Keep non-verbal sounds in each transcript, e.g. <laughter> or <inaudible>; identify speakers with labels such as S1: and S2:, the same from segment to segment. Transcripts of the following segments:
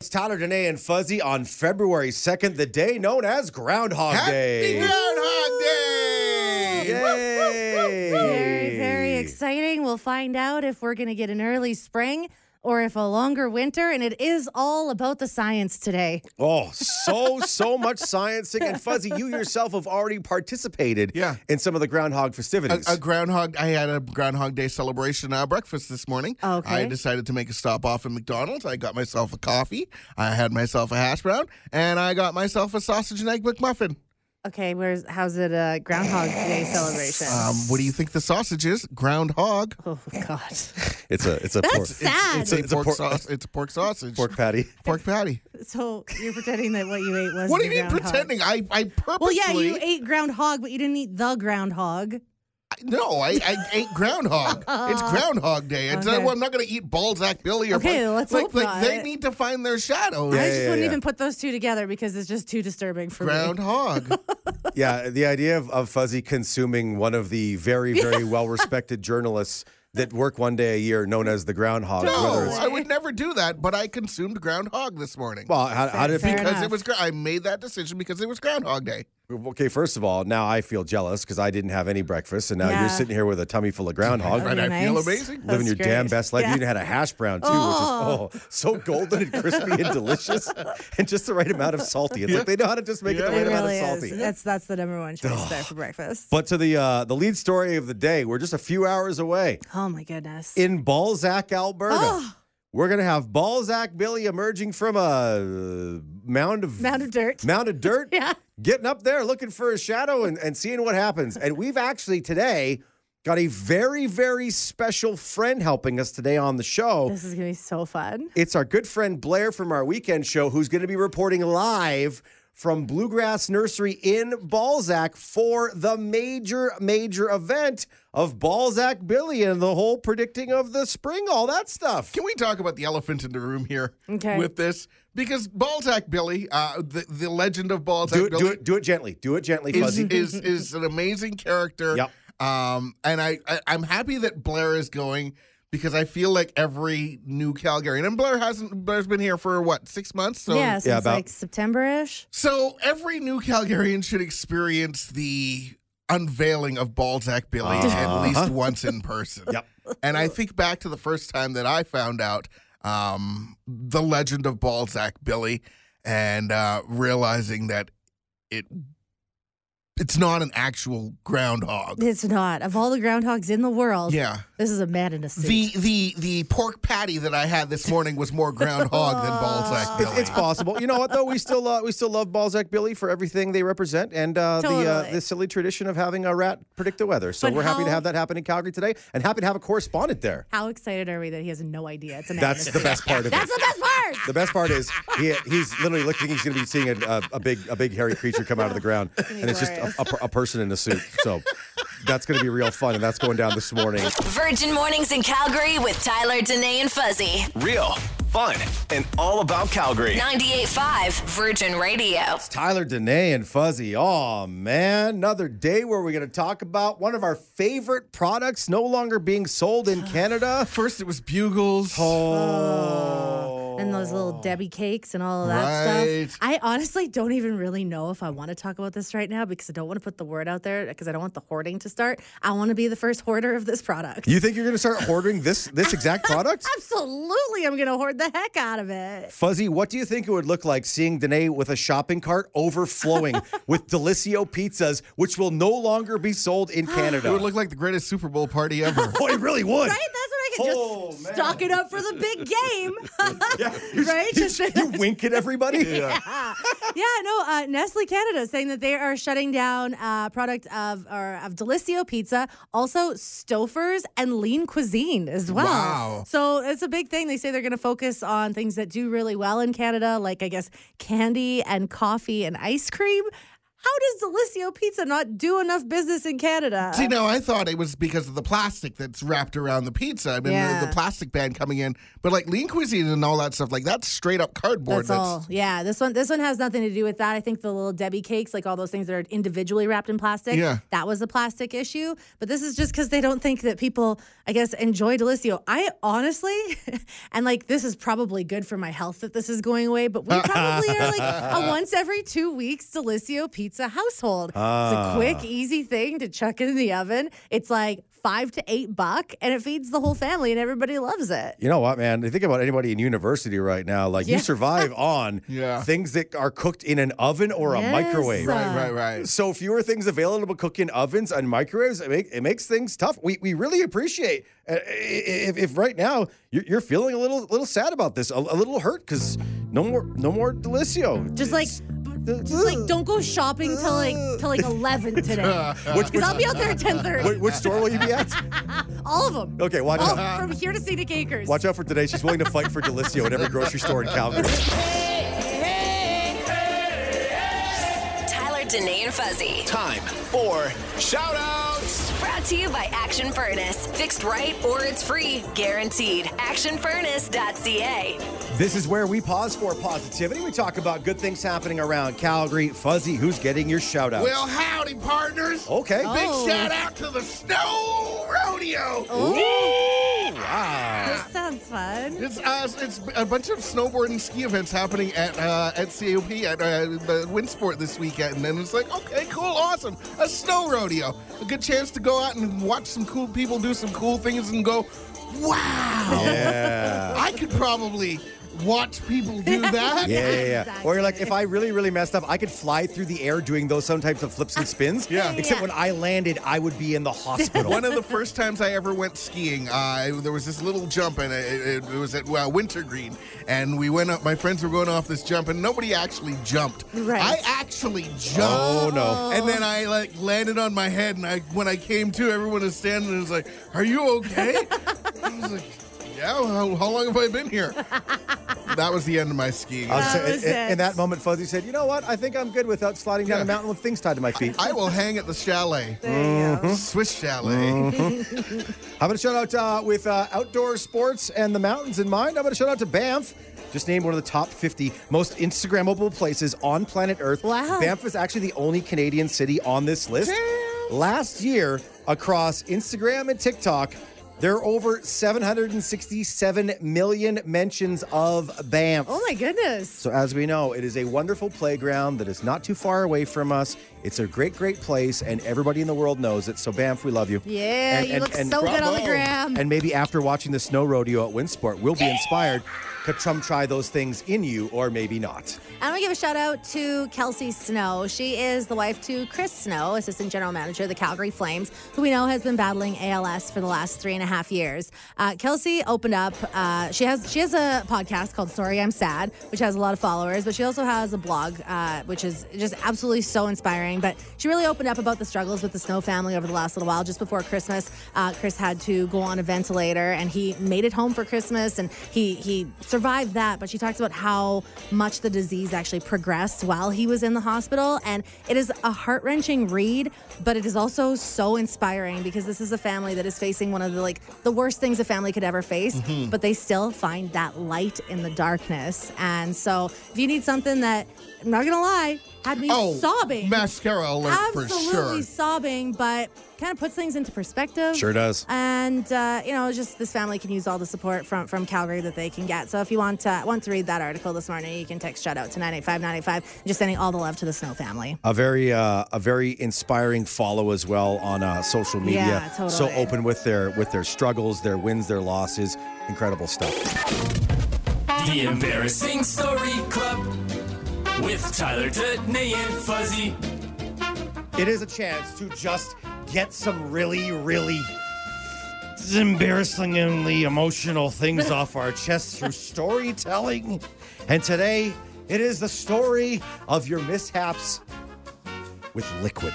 S1: It's Tyler Danae and Fuzzy on February 2nd, the day known as Groundhog
S2: Happy
S1: Day.
S2: Groundhog Day!
S1: Yay!
S3: Very, very exciting. We'll find out if we're going to get an early spring or if a longer winter. And it is all about the science today.
S1: Oh, so, so much sciencing. And Fuzzy, you yourself have already participated
S2: Yeah.
S1: in some of the Groundhog festivities.
S2: A, a groundhog. I had a Groundhog Day celebration uh, breakfast this morning.
S3: Okay.
S2: I decided to make a stop off at McDonald's. I got myself a coffee. I had myself a hash brown, and I got myself a sausage and egg McMuffin.
S3: Okay, where's how's it a Groundhog Day celebration?
S2: Um, what do you think the sausage is? Groundhog.
S3: oh God,
S1: it's a, it's a
S3: <laughs> That's
S1: pork,
S3: sad.
S2: It's, a
S1: It's a
S2: pork
S1: pork-
S2: saus- It's a pork sausage.
S1: pork patty.
S2: Pork patty.
S3: so you're pretending that what you ate was
S2: What do
S3: the
S2: you mean
S3: groundhog.
S2: pretending? I I purposely.
S3: Well, yeah, you ate groundhog, but you didn't eat the groundhog.
S2: I- no, I, I ate groundhog.
S3: <laughs>
S2: it's Groundhog Day. It's uh,
S3: Okay.
S2: well, I'm not going to eat Balzac Billy or
S3: Okay,
S2: like,
S3: let's
S2: like,
S3: hope
S2: like
S3: not.
S2: they need to find their shadows.
S3: I
S1: Yeah,
S3: just
S1: yeah,
S3: wouldn't
S1: yeah.
S3: even put those two together because it's just too disturbing for <laughs> me.
S2: Groundhog.
S1: Yeah, the idea of, of Fuzzy consuming one of the very, very well respected journalists that work one day a year known as the Groundhog. whether
S2: no,
S1: it's-
S2: I would never do that, but I consumed groundhog this morning.
S1: well, how, how did it
S3: Fair
S2: because
S3: enough.
S2: it was gr- I made that decision because it was groundhog day.
S1: Okay, first of all, now I feel jealous because I didn't have any breakfast, and now
S3: Yeah.
S1: you're sitting here with a tummy full of groundhog,
S2: Right,
S3: That'd be
S2: I feel
S3: nice.
S2: amazing.
S1: living
S3: That's
S1: your damn
S3: great.
S1: best life.
S3: Yeah.
S1: You even had a hash brown too,
S3: Oh.
S1: which is oh so golden and crispy and
S3: <laughs>
S1: delicious, and just the right amount of salty. It's like they know how to just make it the
S2: Yeah.
S1: right
S3: It
S1: amount of
S3: really
S1: salty.
S3: is. That's that's the number one choice there for breakfast.
S1: But to the uh, the lead story of the day, we're just a few hours away
S3: Oh my goodness.
S1: in Balzac, Alberta.
S3: Oh.
S1: We're gonna have Balzac Billy emerging from a uh, mound of
S3: Mound of dirt.
S1: mound of dirt.
S3: <laughs> Yeah.
S1: getting up there looking for a shadow and, and seeing what happens. And we've actually today got a very, very special friend helping us today on the show.
S3: This is gonna be so fun.
S1: It's our good friend Blair from our weekend show who's going to be reporting live from Bluegrass Nursery in Balzac for the major, major event of Balzac Billy and the whole predicting of the spring, all that stuff.
S2: Can we talk about the elephant in the room here
S3: Okay.
S2: with this? Because Balzac Billy, uh, the, the legend of Balzac
S1: Do it,
S2: Billy,
S1: do it, do it gently. Do it gently,
S2: is,
S1: Fuzzy.
S2: is is an amazing character.
S1: Yep.
S2: Um, and I, I I'm happy that Blair is going because I feel like every new Calgarian and Blair hasn't Blair's been here for what six months. So
S3: yeah, so
S1: yeah,
S3: it's
S1: about-
S3: like September ish.
S2: So every new Calgarian should experience the unveiling of Balzac Billy at least once in person.
S1: Uh-huh. Yep.
S2: And I think back to the first time that I found out um, the legend of Balzac Billy and uh, realizing that it it's not an actual groundhog.
S3: It's not. Of all the groundhogs in the world,
S2: Yeah.
S3: this is a man in a suit.
S2: The the the pork patty that I had this morning was more groundhog than
S1: <laughs>
S2: Balzac Billy.
S1: It's possible. You know what though? We still uh, we still love Balzac Billy for everything they represent and uh, the uh,
S3: Totally.
S1: the silly tradition of having a rat predict the weather. So
S3: But
S1: we're happy to
S3: how-
S1: have that happen in Calgary today, and happy to have a correspondent there.
S3: How excited are we that he has no idea? It's a man in
S1: That's
S3: a
S1: the
S3: suit.
S1: best part of it.
S3: That's the best part.
S1: The best part is he, he's literally looking. He's going to be seeing a, a, a big a big hairy creature come out of the ground, and it's just a, a, per- a person in a suit. So that's going to be real fun, and that's going down this morning.
S4: Virgin Mornings in Calgary with Tyler, Danae, and Fuzzy.
S5: Real, fun, and all about Calgary.
S4: 98.5 Virgin Radio.
S1: Tyler Danae and Fuzzy. Oh man, another day where we're going to talk about one of our favorite products no longer being sold in Canada.
S2: First it was bugles.
S3: and those
S1: Oh.
S3: little Debbie cakes and all of that
S2: Right.
S3: stuff. I honestly don't even really know if I want to talk about this right now because I don't want to put the word out there because I don't want the hoarding to start. I want to be the first hoarder of this product.
S1: You think you're going to start hoarding this this exact product?
S3: Absolutely, I'm going to hoard the heck out of it.
S1: Fuzzy, what do you think it would look like seeing Danae with a shopping cart overflowing with Delicio pizzas, which will no longer be sold in Canada?
S2: It would look like the greatest Super Bowl party ever.
S1: oh, it really would.
S3: Right? That's what I could
S1: Oh,
S3: just
S1: man.
S3: stock it up for the big
S1: <laughs>
S3: game.
S1: Yeah.
S3: <laughs> Right?
S1: You,
S3: Just- <laughs>
S1: you wink at everybody. Yeah.
S3: yeah, no, uh, Nestle Canada is saying that they are shutting down uh, product of or of Delicio Pizza, also Stouffer's and Lean Cuisine as well.
S2: Wow.
S3: So it's a big thing. They say they're going to focus on things that do really well in Canada, like I guess candy and coffee and ice cream. How does Delicio Pizza not do enough business in Canada?
S2: See, no, I thought it was because of the plastic that's wrapped around the pizza. I mean,
S3: Yeah.
S2: the, the plastic band coming in, but like lean cuisine and all that stuff, like that's straight up cardboard.
S3: That's all. Yeah, this one this one has nothing to do with that. I think the little Debbie cakes, like all those things that are individually wrapped in plastic,
S2: Yeah.
S3: that was a plastic issue. But this is just because they don't think that people, I guess, enjoy Delicio. I honestly, <laughs> and like this is probably good for my health that this is going away, but we probably are like a once every two weeks Delicio pizza household.
S1: Ah.
S3: It's a quick, easy thing to chuck in the oven. It's like five to eight buck, and it feeds the whole family, and everybody loves it.
S1: You know what, man? Think about anybody in university right now. Like
S3: Yeah.
S1: you
S3: <laughs>
S1: survive on
S2: Yeah.
S1: things that are cooked in an oven or a
S3: Yes.
S1: microwave.
S3: uh,
S2: Right, right, right.
S1: So fewer things available to cook in ovens and microwaves. It, make, it makes things tough. We, we really appreciate uh, i- i- if, if right now you're, you're feeling a little little sad about this, a, a little hurt because no more no more Delicio.
S3: Just like,
S1: It's-
S3: just like, don't go shopping till like
S1: <laughs>
S3: till like eleven today.
S1: Which, which,
S3: Because I'll be out there at ten
S1: which,
S3: thirty.
S1: which store will you be at?
S3: All of them.
S1: Okay, watch
S3: All
S1: out.
S3: from here to Scenic Acres.
S1: Watch out for today. She's willing to fight for Delicio at every grocery store in Calgary.
S4: Tyler, Danae, and Fuzzy.
S5: Time for shout outs.
S4: Brought to you by Action Furnace. Fixed right or it's free. Guaranteed. Actionfurnace.ca.
S1: This is where we pause for positivity. We talk about good things happening around Calgary. Fuzzy, who's getting your shout out?
S2: Well, howdy, partners.
S1: okay.
S3: Oh. Oh.
S2: Big shout out to the Snow Rodeo.
S1: Wow. Ah,
S3: This sounds fun.
S2: It's uh, it's a bunch of snowboard and ski events happening at uh, at COP at uh, the Windsport this weekend, and it's like okay, cool, awesome, a snow rodeo, a good chance to go out and watch some cool people do some cool things and go, wow,
S1: Yeah.
S2: I could probably watch people do that.
S1: Yeah, yeah, yeah. Or you're like,
S3: Exactly.
S1: if I really, really messed up, I could fly through the air doing those some types of flips and spins.
S2: Yeah.
S1: Except
S3: Yeah.
S1: when I landed, I would be in the
S2: <laughs>
S1: hospital.
S2: One of the first times I ever went skiing, uh, there was this little jump, and it, it, it was at uh, Wintergreen, and we went up. My friends were going off this jump, and nobody actually jumped.
S3: Right.
S2: I actually jumped.
S1: Oh, no.
S2: And then I like landed on my head, and I when I came to, everyone was standing and was like, "Are you okay?" I was like, "Yeah. How, how long have I been here?" that was the end of my skiing.
S1: I was
S3: That
S1: saying-
S3: was
S1: in,
S3: it.
S1: in that moment, Fuzzy said, "You know what? I think I'm good without sliding down a
S2: Yeah.
S1: mountain with things tied to my feet."
S2: I will hang at the chalet,
S3: There you
S1: Mm-hmm.
S3: go.
S2: Swiss chalet.
S1: I'm going to shout out uh, with uh, outdoor sports and the mountains in mind. I'm going to shout out to Banff. Just named one of the top 50 most Instagrammable places on planet Earth.
S3: Wow.
S1: Banff is actually the only Canadian city on this list. Last year, across Instagram and TikTok, there are over 767 million mentions of Banff.
S3: Oh my goodness.
S1: So, as we know, it is a wonderful playground that is not too far away from us. It's a great, great place, and everybody in the world knows it. So, Banff, we love you.
S3: Yeah,
S1: And-
S3: you
S1: and-
S3: look
S1: and
S3: so good on the
S2: bravo.
S3: gram.
S1: and maybe after watching the snow rodeo at Winsport, we'll be inspired to come try those things in you, or maybe not.
S3: I'm gonna give a shout out to Kelsey Snow. She is the wife to Chris Snow, assistant general manager of the Calgary Flames, who we know has been battling ALS for the last three and a half years. Uh, Kelsey opened up. Uh, she has she has a podcast called Sorry I'm Sad, which has a lot of followers, but she also has a blog, uh, which is just absolutely so inspiring. But she really opened up about the struggles with the Snow family over the last little while. Just before Christmas, uh, Chris had to go on a ventilator, and he made it home for Christmas, and he he survived that. But she talks about how much the disease actually progressed while he was in the hospital, and it is a heart wrenching read, but it is also so inspiring because this is a family that is facing one of the like the worst things a family could ever face,
S2: Mm-hmm.
S3: but they still find that light in the darkness. And so, if you need something that I'm not gonna lie, had me
S2: Oh,
S3: sobbing
S2: mascara alert
S3: absolutely
S2: for sure.
S3: sobbing, but kind of puts things into perspective.
S1: Sure does.
S3: And uh, you know, just this family can use all the support from from Calgary that they can get. So if you want to want to read that article this morning, you can text shout out to nine eight five nine eight five. Just sending all the love to the Snow family.
S1: A very, uh, a very inspiring follow as well on uh, social media.
S3: Yeah, totally.
S1: So open with their with their struggles, their wins, their losses. Incredible stuff.
S6: The Embarrassing Story Club with Tyler Dutney and Fuzzy.
S1: It is a chance to just get some really, really embarrassingly emotional things off our chests <laughs> through storytelling. And today, it is the story of your mishaps with liquid.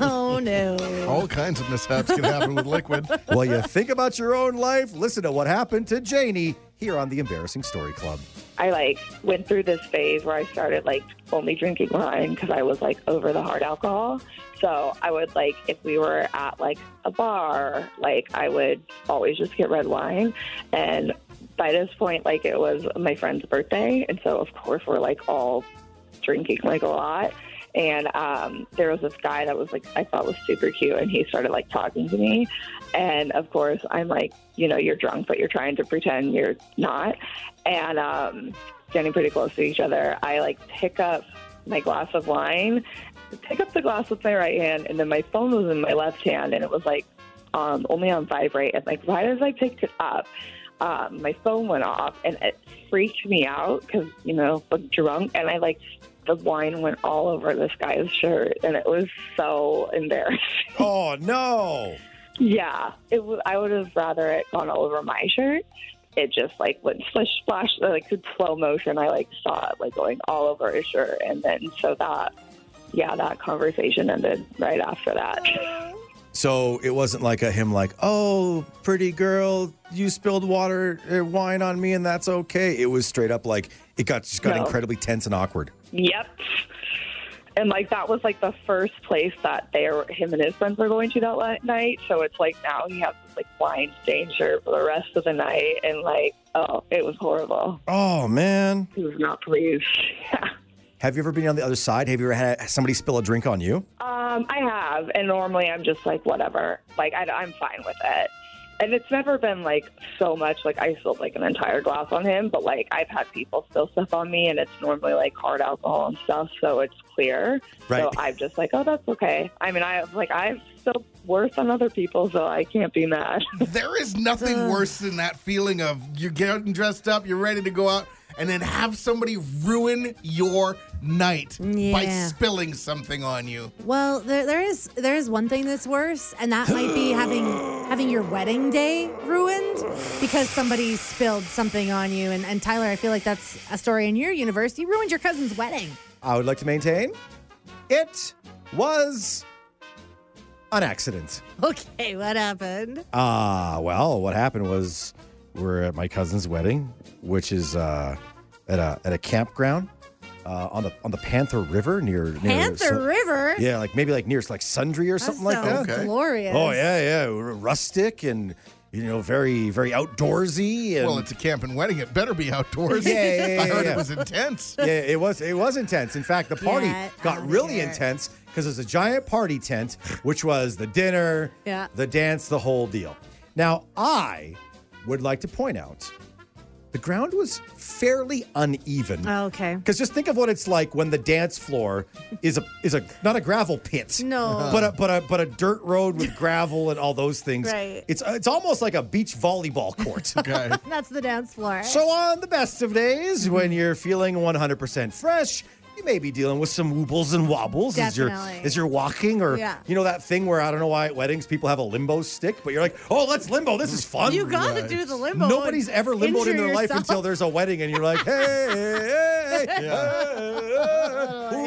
S3: Oh no.
S2: All kinds of mishaps can happen with liquid.
S1: <laughs> While you think about your own life, listen to what happened to Janie here on the Embarrassing Story Club.
S7: I like went through this phase where I started like only drinking wine because I was like over the hard alcohol. So I would like if we were at like a bar, like I would always just get red wine. And by this point, like it was my friend's birthday, and so of course we're like all drinking like a lot. And um, there was this guy that was like I thought was super cute, and he started like talking to me. And of course, I'm like, you know, you're drunk, but you're trying to pretend you're not. And um, standing pretty close to each other, I like pick up my glass of wine, pick up the glass with my right hand, and then my phone was in my left hand, and it was like um, only on vibrate. And like, why did I pick it up? Um, my phone went off, and it freaked me out because you know, I'm drunk, and I like. The wine went all over this guy's shirt, and it was so embarrassing.
S1: Oh, no.
S7: Yeah, it w- I would have rather it gone all over my shirt. It just like went <laughs> splish splash uh, like in slow motion. I like saw it like going all over his shirt, and then so that yeah, that conversation ended right after that.
S1: So it wasn't like a him like, oh, pretty girl, you spilled water or wine on me and that's okay. It was straight up like it got just got
S7: No.
S1: incredibly tense and awkward.
S7: Yep. And like that was like the first place that they were, him and his friends were going to that li- night. So it's like now he has this like blind danger for the rest of the night, and like oh, it was horrible.
S1: Oh man.
S7: He was not pleased. <laughs> Yeah.
S1: Have you ever been on the other side? Have you ever had somebody spill a drink on you?
S7: Um, I have, and normally I'm just like whatever. Like I, I'm fine with it, and it's never been like so much. Like I spilled like an entire glass on him, but like I've had people spill stuff on me, and it's normally like hard alcohol and stuff, so it's clear.
S1: Right.
S7: So I'm just like, oh, that's okay. I mean, I like I've spilled worse on other people, so I can't be mad.
S2: <laughs>
S7: <laughs>
S2: There is nothing worse than that feeling of you're getting dressed up, you're ready to go out, and then have somebody ruin your night by
S3: Yeah.
S2: spilling something on you.
S3: Well, there, there is there is one thing that's worse, and that might be having having your wedding day ruined because somebody spilled something on you. And, and Tyler, I feel like that's a story in your universe. You ruined your cousin's wedding. <laughs>
S1: I would like to maintain it was an accident.
S3: Okay, what happened?
S1: Ah, well, what happened was we're at my cousin's wedding, which is uh, at a at a campground uh, on the on the Panther River near near
S3: Panther
S1: Sun-
S3: River.
S1: Yeah, like maybe like near like Sundry or
S3: That
S1: something like that.
S3: sounds
S2: Okay.
S3: Glorious.
S1: Oh yeah, yeah, r- rustic and you know very very outdoorsy and
S2: Well, it's a camp and wedding. It better be outdoors.
S1: Yeah, yeah, yeah,
S2: <laughs> I heard
S1: yeah.
S2: it was <laughs> intense.
S1: yeah, it was it was intense. In fact, the party
S3: Get
S1: got
S3: outta
S1: really
S3: here.
S1: intense because there's a giant party tent, which was the dinner,
S3: Yeah.
S1: the dance, the whole deal. Now, I would like to point out the ground was fairly uneven.
S3: Oh, okay.
S1: Because just think of what it's like when the dance floor is a is a not a gravel pit,
S3: No.
S1: but a but a but a dirt road with gravel and all those things.
S3: Right.
S1: It's it's almost like a beach volleyball court.
S2: Okay.
S3: That's the dance floor.
S1: So, on the best of days,
S3: Mm-hmm.
S1: when you're feeling 100% fresh, you may be dealing with some wobbles and wobbles as you're
S3: Definitely.
S1: as you're walking, or
S3: Yeah.
S1: you know that thing where I don't know why at weddings people have a limbo stick, but you're like, oh, let's limbo. This is fun.
S3: you got to do the limbo.
S1: Nobody's
S3: and
S1: ever limboed in
S3: injure
S1: their life
S3: yourself.
S1: until there's a wedding, and you're
S3: <laughs>
S1: like, hey, hey, hey, hey,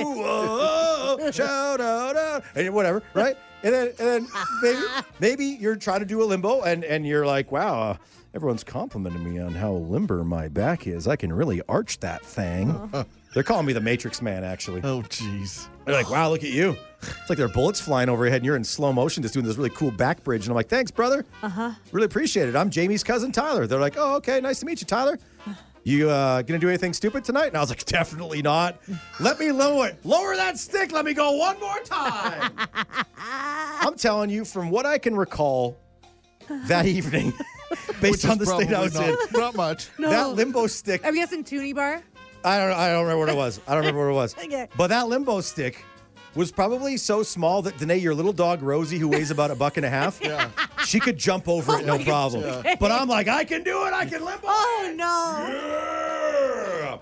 S1: ooh, oh, oh, shout out, out, and whatever, right? And then, and then
S3: <laughs>
S1: maybe, maybe you're trying to do a limbo, and and you're like, wow, uh, everyone's complimenting me on how limber my back is. I can really arch that thing.
S3: Uh-huh.
S1: They're calling me the Matrix Man, actually.
S2: Oh, jeez.
S1: They're like, wow, look at you. It's like there are bullets flying overhead and you're in slow motion just doing this really cool back bridge. And I'm like, thanks, brother. Uh-huh. Really appreciate it. I'm Jamie's cousin, Tyler. They're like, oh, okay, nice to meet you, Tyler. You uh, gonna do anything stupid tonight? And I was like, definitely not. Let me lower it. Lower that stick. Let me go one more time. I'm telling you, from what I can recall that evening, based
S2: Which is
S1: on the state I
S2: probably
S1: was in,
S2: <laughs> not, not
S3: <laughs>
S2: much.
S3: No.
S1: that limbo stick
S3: I'm guessing Toonie Bar.
S1: I don't. I don't remember what it was. I don't remember what it was.
S3: <laughs> Okay.
S1: But that limbo stick was probably so small that Danae, your little dog Rosie, who weighs about a buck and a
S3: <laughs>
S1: half,
S2: Yeah.
S1: she could jump over it no problem. But I'm like, I can do it. I can limbo.
S3: Oh
S1: it.
S3: no!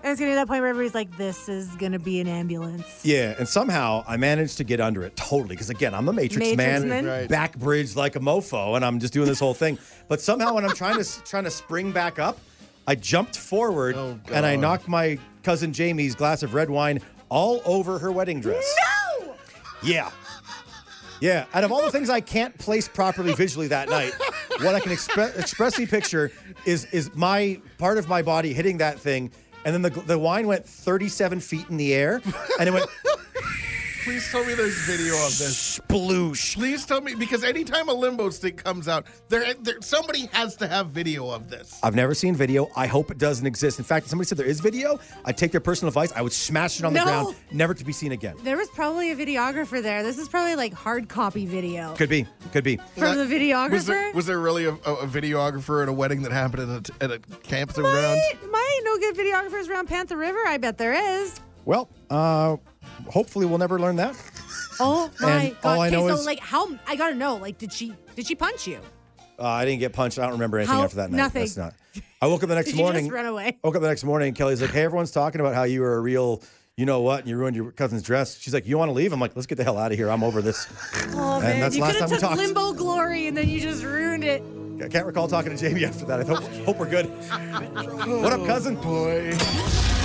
S3: And it's gonna be that point where everybody's like, "This is gonna be an ambulance."
S1: Yeah, and somehow I managed to get under it totally because again, I'm the Matrix,
S3: Matrix
S1: man,
S3: man.
S2: Right.
S1: back bridge like a mofo, and I'm just doing this whole thing. But somehow, when I'm trying to s- <laughs> trying to spring back up, I jumped forward
S2: Oh,
S1: and I
S2: God.
S1: knocked my cousin Jamie's glass of red wine all over her wedding dress.
S4: Oh!
S3: No!
S1: Yeah. Yeah. Out of all the things I can't place properly visually that night, what I can expre- expressly picture is is my part of my body hitting that thing, and then the gl- the wine went 37 feet in the air, and it went
S2: Please tell me there's video of this.
S1: sploosh.
S2: Please tell me because anytime a limbo stick comes out, there, there somebody has to have video of this.
S1: I've never seen video. I hope it doesn't exist. In fact, if somebody said there is video, I'd take their personal advice. I would smash it on
S3: No.
S1: the ground, never to be seen again.
S3: There was probably a videographer there. This is probably like hard copy video
S1: Could be. Could be.
S3: from the videographer.
S2: Uh, Was there, was there really a, a, a videographer at a wedding that happened at a, at a camp that were around?
S3: Might- might no good videographers around Panther River. I bet there is.
S1: Well, uh, hopefully we'll never learn that.
S3: Oh my
S1: And
S3: god!
S1: all I
S3: okay,
S1: know
S3: so
S1: is-
S3: like how I gotta know. Like, did she did she punch you?
S1: Uh, I didn't get punched. I don't remember anything
S3: How-
S1: after that night.
S3: nothing.
S1: That's not. I woke
S3: <laughs>
S1: up the next
S3: Did you
S1: morning.
S3: just run away?
S1: Woke up the next morning. and Kelly's like, "Hey, everyone's talking about how you were a real, you know what, and you ruined your cousin's dress." She's like, "You want to leave?" I'm like, "Let's get the hell out of here. I'm over this."
S3: Oh man,
S1: that's
S3: you
S1: last
S3: could have
S1: time we
S3: took
S1: talked.
S3: limbo glory and then you just ruined it.
S1: I can't recall talking to Jamie <laughs> after that. I hope, hope we're good. what up, cousin?
S2: Boy.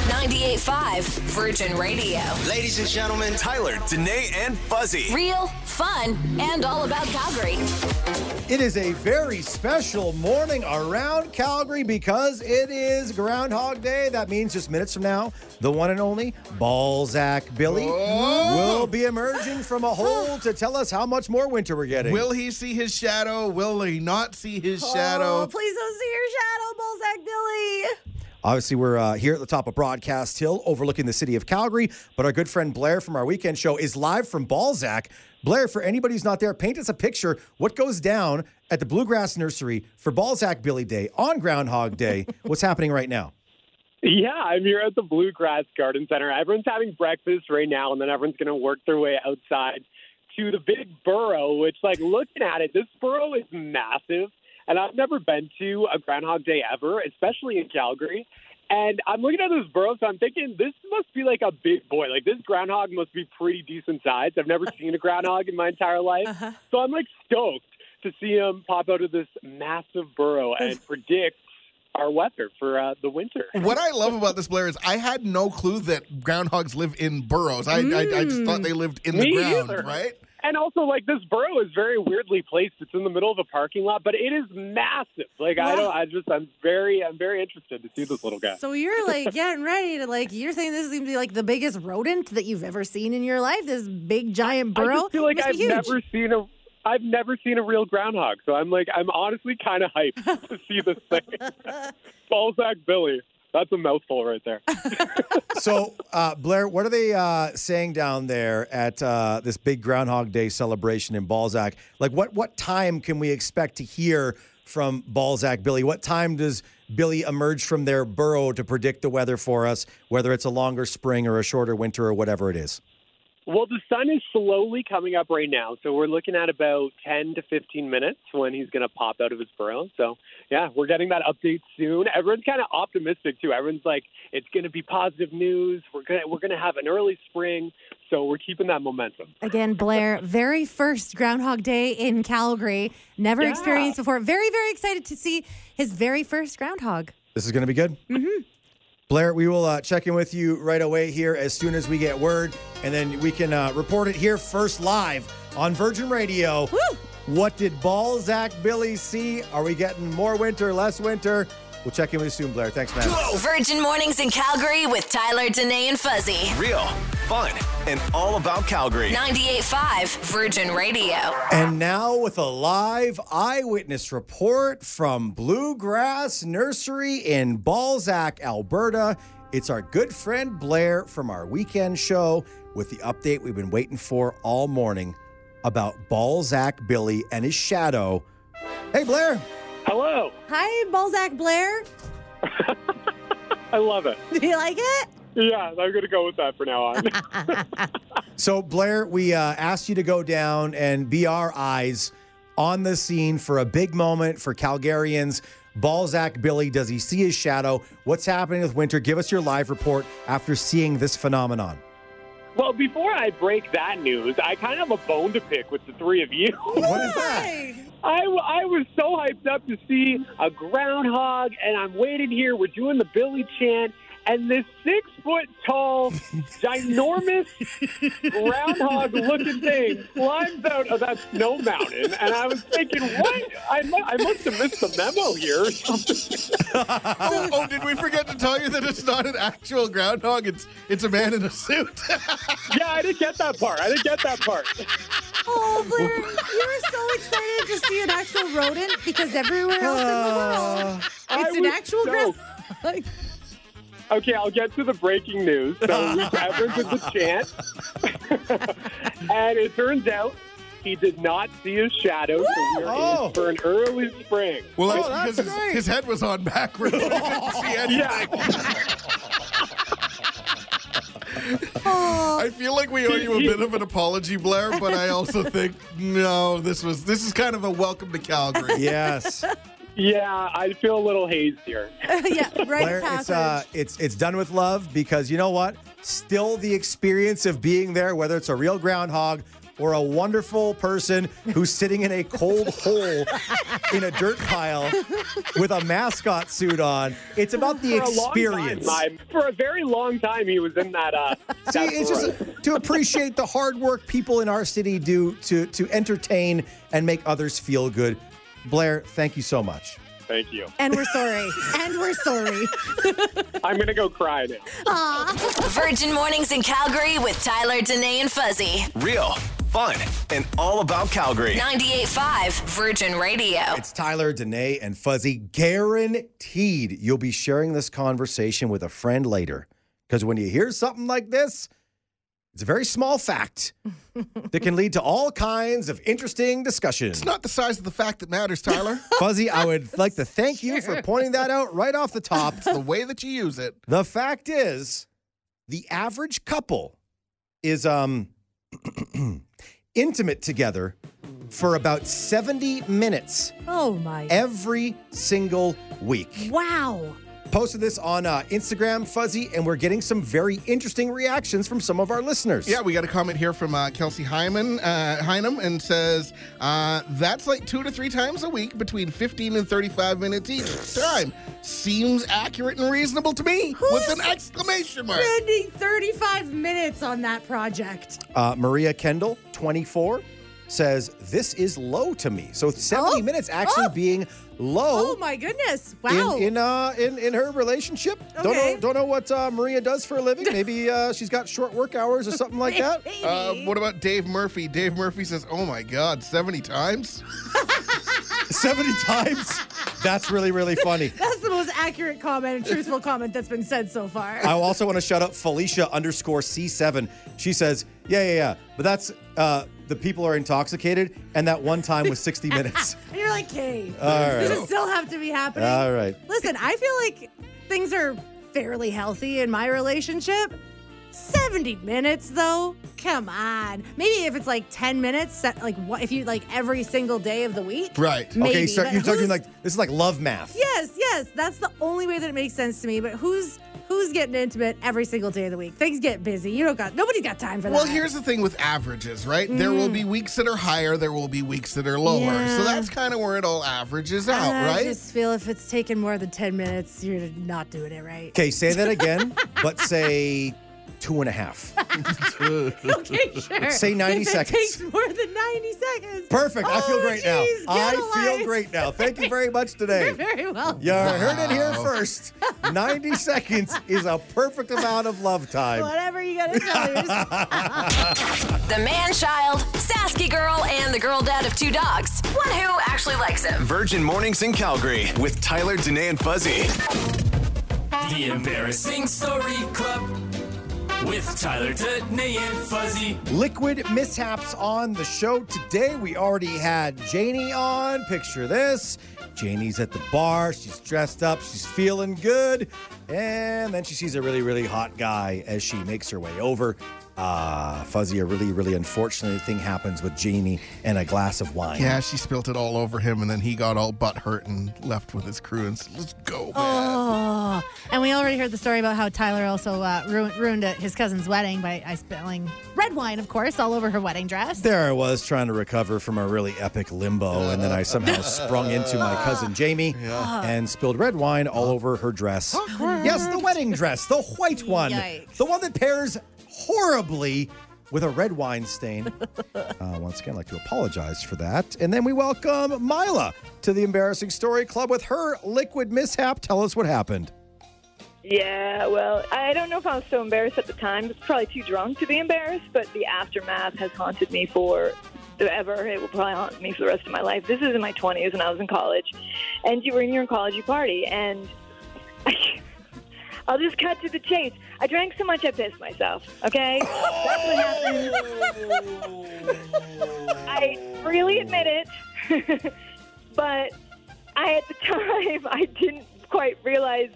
S4: 98.5 Virgin Radio.
S5: Ladies and gentlemen, Tyler, Danae, and Fuzzy.
S4: Real, fun, and all about Calgary.
S1: It is a very special morning around Calgary because it is Groundhog Day. That means just minutes from now, the one and only Balzac Billy will be emerging from a hole to tell us how much more winter we're getting.
S2: Will he see his shadow? Will he not see his
S3: Oh,
S2: shadow?
S3: please don't see your shadow, Balzac Billy.
S1: Obviously, we're uh, here at the top of Broadcast Hill overlooking the city of Calgary, but our good friend Blair from our weekend show is live from Balzac. Blair, for anybody who's not there, paint us a picture what goes down at the Bluegrass Nursery for Balzac Billy Day on Groundhog Day. What's happening right now?
S8: Yeah, I'm here at the Bluegrass Garden Center. Everyone's having breakfast right now, and then everyone's going to work their way outside to the big burrow, which, like, looking at it, this burrow is massive. And I've never been to a Groundhog Day ever, especially in Calgary. And I'm looking at this burrow, so I'm thinking this must be like a big boy. Like, this groundhog must be pretty decent sized. I've never seen a groundhog in my entire life. So I'm, like, stoked to see him pop out of this massive burrow and predict our weather for uh, the winter.
S2: What I love about this, Blair, is I had no clue that groundhogs live in burrows. I, I, I just thought
S3: Mm.
S2: they lived in the
S8: Me
S2: ground,
S8: either.
S2: right? <laughs>
S8: And also, like this burrow is very weirdly placed. It's in the middle of a parking lot, but it is massive. Like I don't, I just, I'm very, I'm very interested to see this little guy.
S3: So you're like getting ready to like you're saying this is gonna be like the biggest rodent that you've ever seen in your life. This big giant
S8: I
S3: burrow.
S8: just feel like
S3: Must
S8: I've
S3: be huge.
S8: never seen a, I've never seen a real groundhog. So I'm like, I'm honestly kind of
S3: <laughs>
S8: hyped to see this thing. Balzac Billy, that's a mouthful right there.
S1: So, uh, Blair, what are they uh, saying down there at uh, this big Groundhog Day celebration in Balzac? Like, what what time can we expect to hear from Balzac Billy? What time does Billy emerge from their burrow to predict the weather for us, whether it's a longer spring or a shorter winter or whatever it is?
S8: Well, the sun is slowly coming up right now, so we're looking at about 10 to 15 minutes when he's going to pop out of his burrow. So, yeah, we're getting that update soon. Everyone's kind of optimistic too. Everyone's like, "It's going to be positive news. We're gonna we're gonna have an early spring." So we're keeping that momentum.
S3: Again, Blair, very first Groundhog Day in Calgary. Never
S8: Yeah.
S3: experienced before. Very, very excited to see his very first groundhog.
S1: This is going to be good. Mm-hmm. Blair, we will uh, check in with you right away here as soon as we get word, and then we can uh, report it here first live on Virgin Radio.
S3: Woo!
S1: What did Balzac Billy see? Are we getting more winter, less winter? We'll check in with you soon, Blair. Thanks, man.
S4: Virgin Mornings in Calgary with Tyler, Danae, and Fuzzy.
S5: Real, fun, and all about Calgary.
S4: 98.5 Virgin Radio.
S1: And now with a live eyewitness report from Bluegrass Nursery in Balzac, Alberta. It's our good friend Blair from our weekend show with the update we've been waiting for all morning about Balzac Billy and his shadow. Hey, Blair.
S8: Hello,
S3: Hi, Balzac Blair.
S8: I love it.
S3: Do you like it?
S8: Yeah, I'm going to go with that for
S1: <laughs>
S8: now on.
S1: So, Blair, we uh, asked you to go down and be our eyes on the scene for a big moment for Calgarians. Balzac Billy, does he see his shadow? What's happening with winter? Give us your live report after seeing this phenomenon.
S8: well, before I break that news, I kind of have a bone to pick with the three of you.
S1: What is that?
S3: Hi.
S8: I, I was so hyped up to see a groundhog, and I'm waiting here. We're doing the Billy chant, and this six foot tall, ginormous groundhog looking thing climbs out of that snow mountain. And I was thinking, what? I, mu- I must have missed the memo here. <laughs>
S2: Oh, oh, did we forget to tell you that it's not an actual groundhog? It's it's a man in a suit. <laughs>
S8: yeah, I didn't get that part. I didn't get that part.
S3: Oh, Blair, you were so excited to see an actual rodent because everywhere else in the world,
S8: Uh, I
S3: it's an
S8: was
S3: actual <laughs>
S8: stoked.
S3: groundhog.
S8: Okay, I'll get to the breaking news.
S1: <laughs>
S8: So Rick Evans is a chant. and it turns out he did not see his shadow, so we are
S1: Oh.
S8: in for an early spring.
S2: Well, that's
S1: Oh, that's
S2: because his,
S1: great.
S2: his head was on backwards. We <laughs> didn't see
S1: <laughs> Oh.
S2: anything.
S8: Yeah.
S2: I feel like we owe you a bit of an apology, Blair, but I also think no, this was this is kind of a welcome to Calgary.
S1: Yes,
S8: Yeah, I feel a little hazed here.
S3: yeah, right
S1: Blair. It's
S3: passage.
S1: uh, it's it's done with love because you know what? Still, the experience of being there, whether it's a real groundhog or a wonderful person who's sitting in a
S8: <laughs>
S1: cold hole in a dirt pile with a mascot suit on. It's about the
S8: For a long
S1: experience.
S8: time, I- for a very long time, he was in that. Uh,
S1: <laughs> See,
S8: that
S1: it's
S8: rut.
S1: just to appreciate the hard work people in our city do to to entertain and make others feel good. Blair, thank you so much.
S8: Thank you.
S3: and we're sorry. And we're sorry.
S8: I'm gonna go cry now.
S4: Virgin Mornings in Calgary with Tyler, Danae, and Fuzzy.
S5: Real, fun, and all about Calgary.
S4: 98.5 Virgin Radio.
S1: It's Tyler, Danae, and Fuzzy. Guaranteed you'll be sharing this conversation with a friend later. Because when you hear something like this, it's a very small fact that can lead to all kinds of interesting discussion.
S2: It's <laughs> not the size of the fact that matters, Tyler.
S1: Fuzzy, I would like to thank you for pointing that out right off the top.
S2: It's the way that you use it.
S1: The fact is, the average couple is um <clears throat> intimate together for about 70 minutes
S3: Oh, my.
S1: every single week.
S3: wow.
S1: Posted this on uh, Instagram, Fuzzy, and we're getting some very interesting reactions from some of our listeners.
S2: Yeah, we got a comment here from uh, Kelsey Hyman, uh, Hynum, and says uh, that's like two to three times a week, between 15 and 35 minutes each time. Seems accurate and reasonable to me. with an exclamation mark.
S3: Spending 35 minutes on that project.
S1: Uh, Maria Kendall, 24, says, This is low to me. So 70
S3: Oh.
S1: minutes actually
S3: Oh.
S1: being
S3: Oh,
S1: low.
S3: my goodness. Wow.
S1: in in uh in in her relationship. Don't know
S3: Okay.
S1: don't know what uh, Maria does for a living.
S3: <laughs>
S1: Maybe uh, she's got short work hours or something like that.
S2: Uh, what about Dave Murphy? Dave Murphy says, "Oh my God, 70 times."
S1: Seventy times. That's really really funny.
S3: that's the most accurate comment
S1: <laughs>
S3: and truthful comment that's been said so far.
S1: I also want to shout out Felicia underscore C7. She says, yeah, yeah, yeah. But that's uh, the people are intoxicated, and that one time was
S3: <laughs>
S1: 60 minutes.
S3: And you're like, hey,
S1: right.
S3: does it still have to be happening?
S1: All right.
S3: Listen, I feel like things are fairly healthy in my relationship. 70 minutes though? Come on. Maybe if it's like 10 minutes, set- like what if you like every single day of the week?
S2: Right.
S3: Maybe,
S1: okay, so
S3: but
S1: you're talking
S3: who's-
S1: like this is like love math.
S3: Yes, yes. That's the only way that it makes sense to me. But who's who's getting intimate every single day of the week? Things get busy. You don't got nobody's got time for that.
S2: Well, here's the thing with averages, right? There will be weeks that are higher, there will be weeks that are lower. So
S3: Mm. Yeah.
S2: that's kind of where it all averages
S3: I
S2: out, right?
S3: just feel if it's taking more than 10 minutes, you're not doing it right.
S1: Okay, say that again, but say two and a half.
S3: Okay, <laughs> sure.
S1: Say 90
S3: if
S1: seconds.
S3: It takes more than 90 seconds.
S1: Perfect. I feel
S3: Oh,
S1: great
S3: geez,
S1: now.
S3: get
S1: I
S3: a
S1: feel
S3: life. <laughs>
S1: great now. Thank you very much
S3: You're <laughs>
S1: today.
S3: very well.
S1: You heard it here first. 90 seconds is a perfect amount of love time.
S3: Whatever you gotta
S1: <laughs>
S3: tell yourself.
S4: The man child, Sasky girl, and the girl dad of two dogs. One who actually likes him.
S5: Virgin Mornings in Calgary with Tyler, Danae, and Fuzzy.
S6: The Embarrassing Story Club with Tyler, Danae, and Fuzzy.
S1: Liquid mishaps on the show today. We already had Janie on. Picture this. Janie's at the bar. She's dressed up. She's feeling good. And then she sees a really, really hot guy as she makes her way over. Uh, Fuzzy, a really, really unfortunate thing happens with Janie and a glass of wine.
S2: Yeah, she spilt it all over him, and then he got all butt hurt and left with his crew and said, "Let's go, man."
S3: Oh, and we already heard the story about how Tyler also uh, ruined, ruined uh, his cousin's wedding by uh, spilling red wine, of course, all over her wedding dress.
S1: There I was trying to recover from a really epic limbo, and then I somehow sprung into my cousin Jamie and spilled red wine all over her dress. Yes, the wedding dress, the white one,
S3: Yikes.
S1: the one that pairs horribly with a red wine stain. <laughs> Uh, once again, I'd like to apologize for that. And then we welcome Mila to the Embarrassing Story Club with her liquid mishap. Tell us what happened.
S7: Yeah, well, I don't know if I was so embarrassed at the time. I was probably too drunk to be embarrassed, but the aftermath has haunted me for ever. It will probably haunt me for the rest of my life. This is in my 20s when I was in college, and you were in your college party, and <laughs> I'll just cut to the chase. I drank so much I pissed myself, okay? That's what happened. <laughs> I freely admit it, <laughs> but I, at the <laughs> time, I didn't quite realize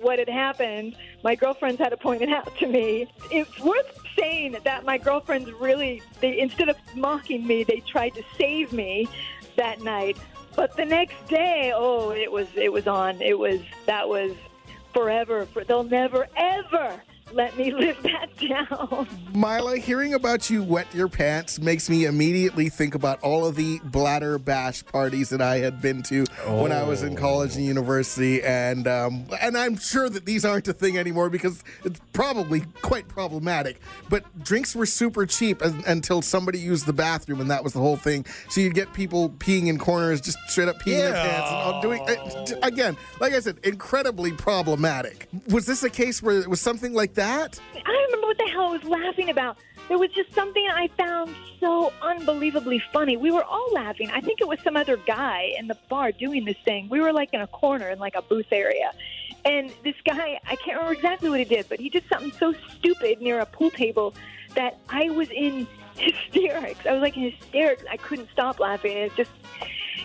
S7: what had happened. My girlfriends had to point it out to me. It's worth saying that my girlfriends really, they instead of mocking me, they tried to save me that night. But the next day, oh, it was it was on. It was that was forever. For, they'll never ever let me <laughs> live that down.
S2: Mila, hearing about you wet your pants makes me immediately think about all of the bladder bash parties that I had been to when I was in college and university, and um, and I'm sure that these aren't a thing anymore because it's probably quite problematic. But drinks were super cheap un- until somebody used the bathroom, and that was the whole thing. So you'd get people peeing in corners, just straight up peeing their pants, and all doing uh, again, like I said, incredibly problematic. Was this a case where it was something like that?
S7: I don't remember what the hell I was laughing about. There was just something I found so unbelievably funny. We were all laughing. I think it was some other guy in the bar doing this thing. We were like in a corner in like a booth area. And this guy, I can't remember exactly what he did, but he did something so stupid near a pool table that I was in <laughs> hysterics. I was like in hysterics. I couldn't stop laughing. It's just,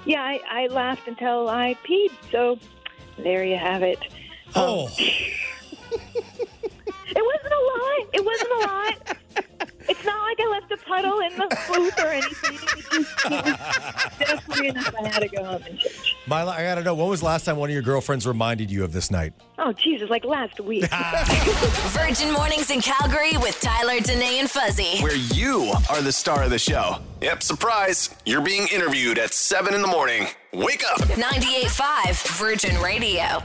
S7: yeah, I, I laughed until I peed. So there you have it.
S1: Oh,
S7: It wasn't a lot. It wasn't a lot. It's not like I left a puddle in the booth or anything. It was, just, it was definitely enough. I had to go home and change.
S1: Mila, I gotta know when was the last time one of your girlfriends reminded you of this night?
S7: Oh, Jesus, like last week.
S4: Virgin Mornings in Calgary with Tyler, Danae, and Fuzzy.
S5: where you are the star of the show. Yep, surprise. You're being interviewed at 7 in the morning. Wake up.
S4: 98.5 Virgin Radio.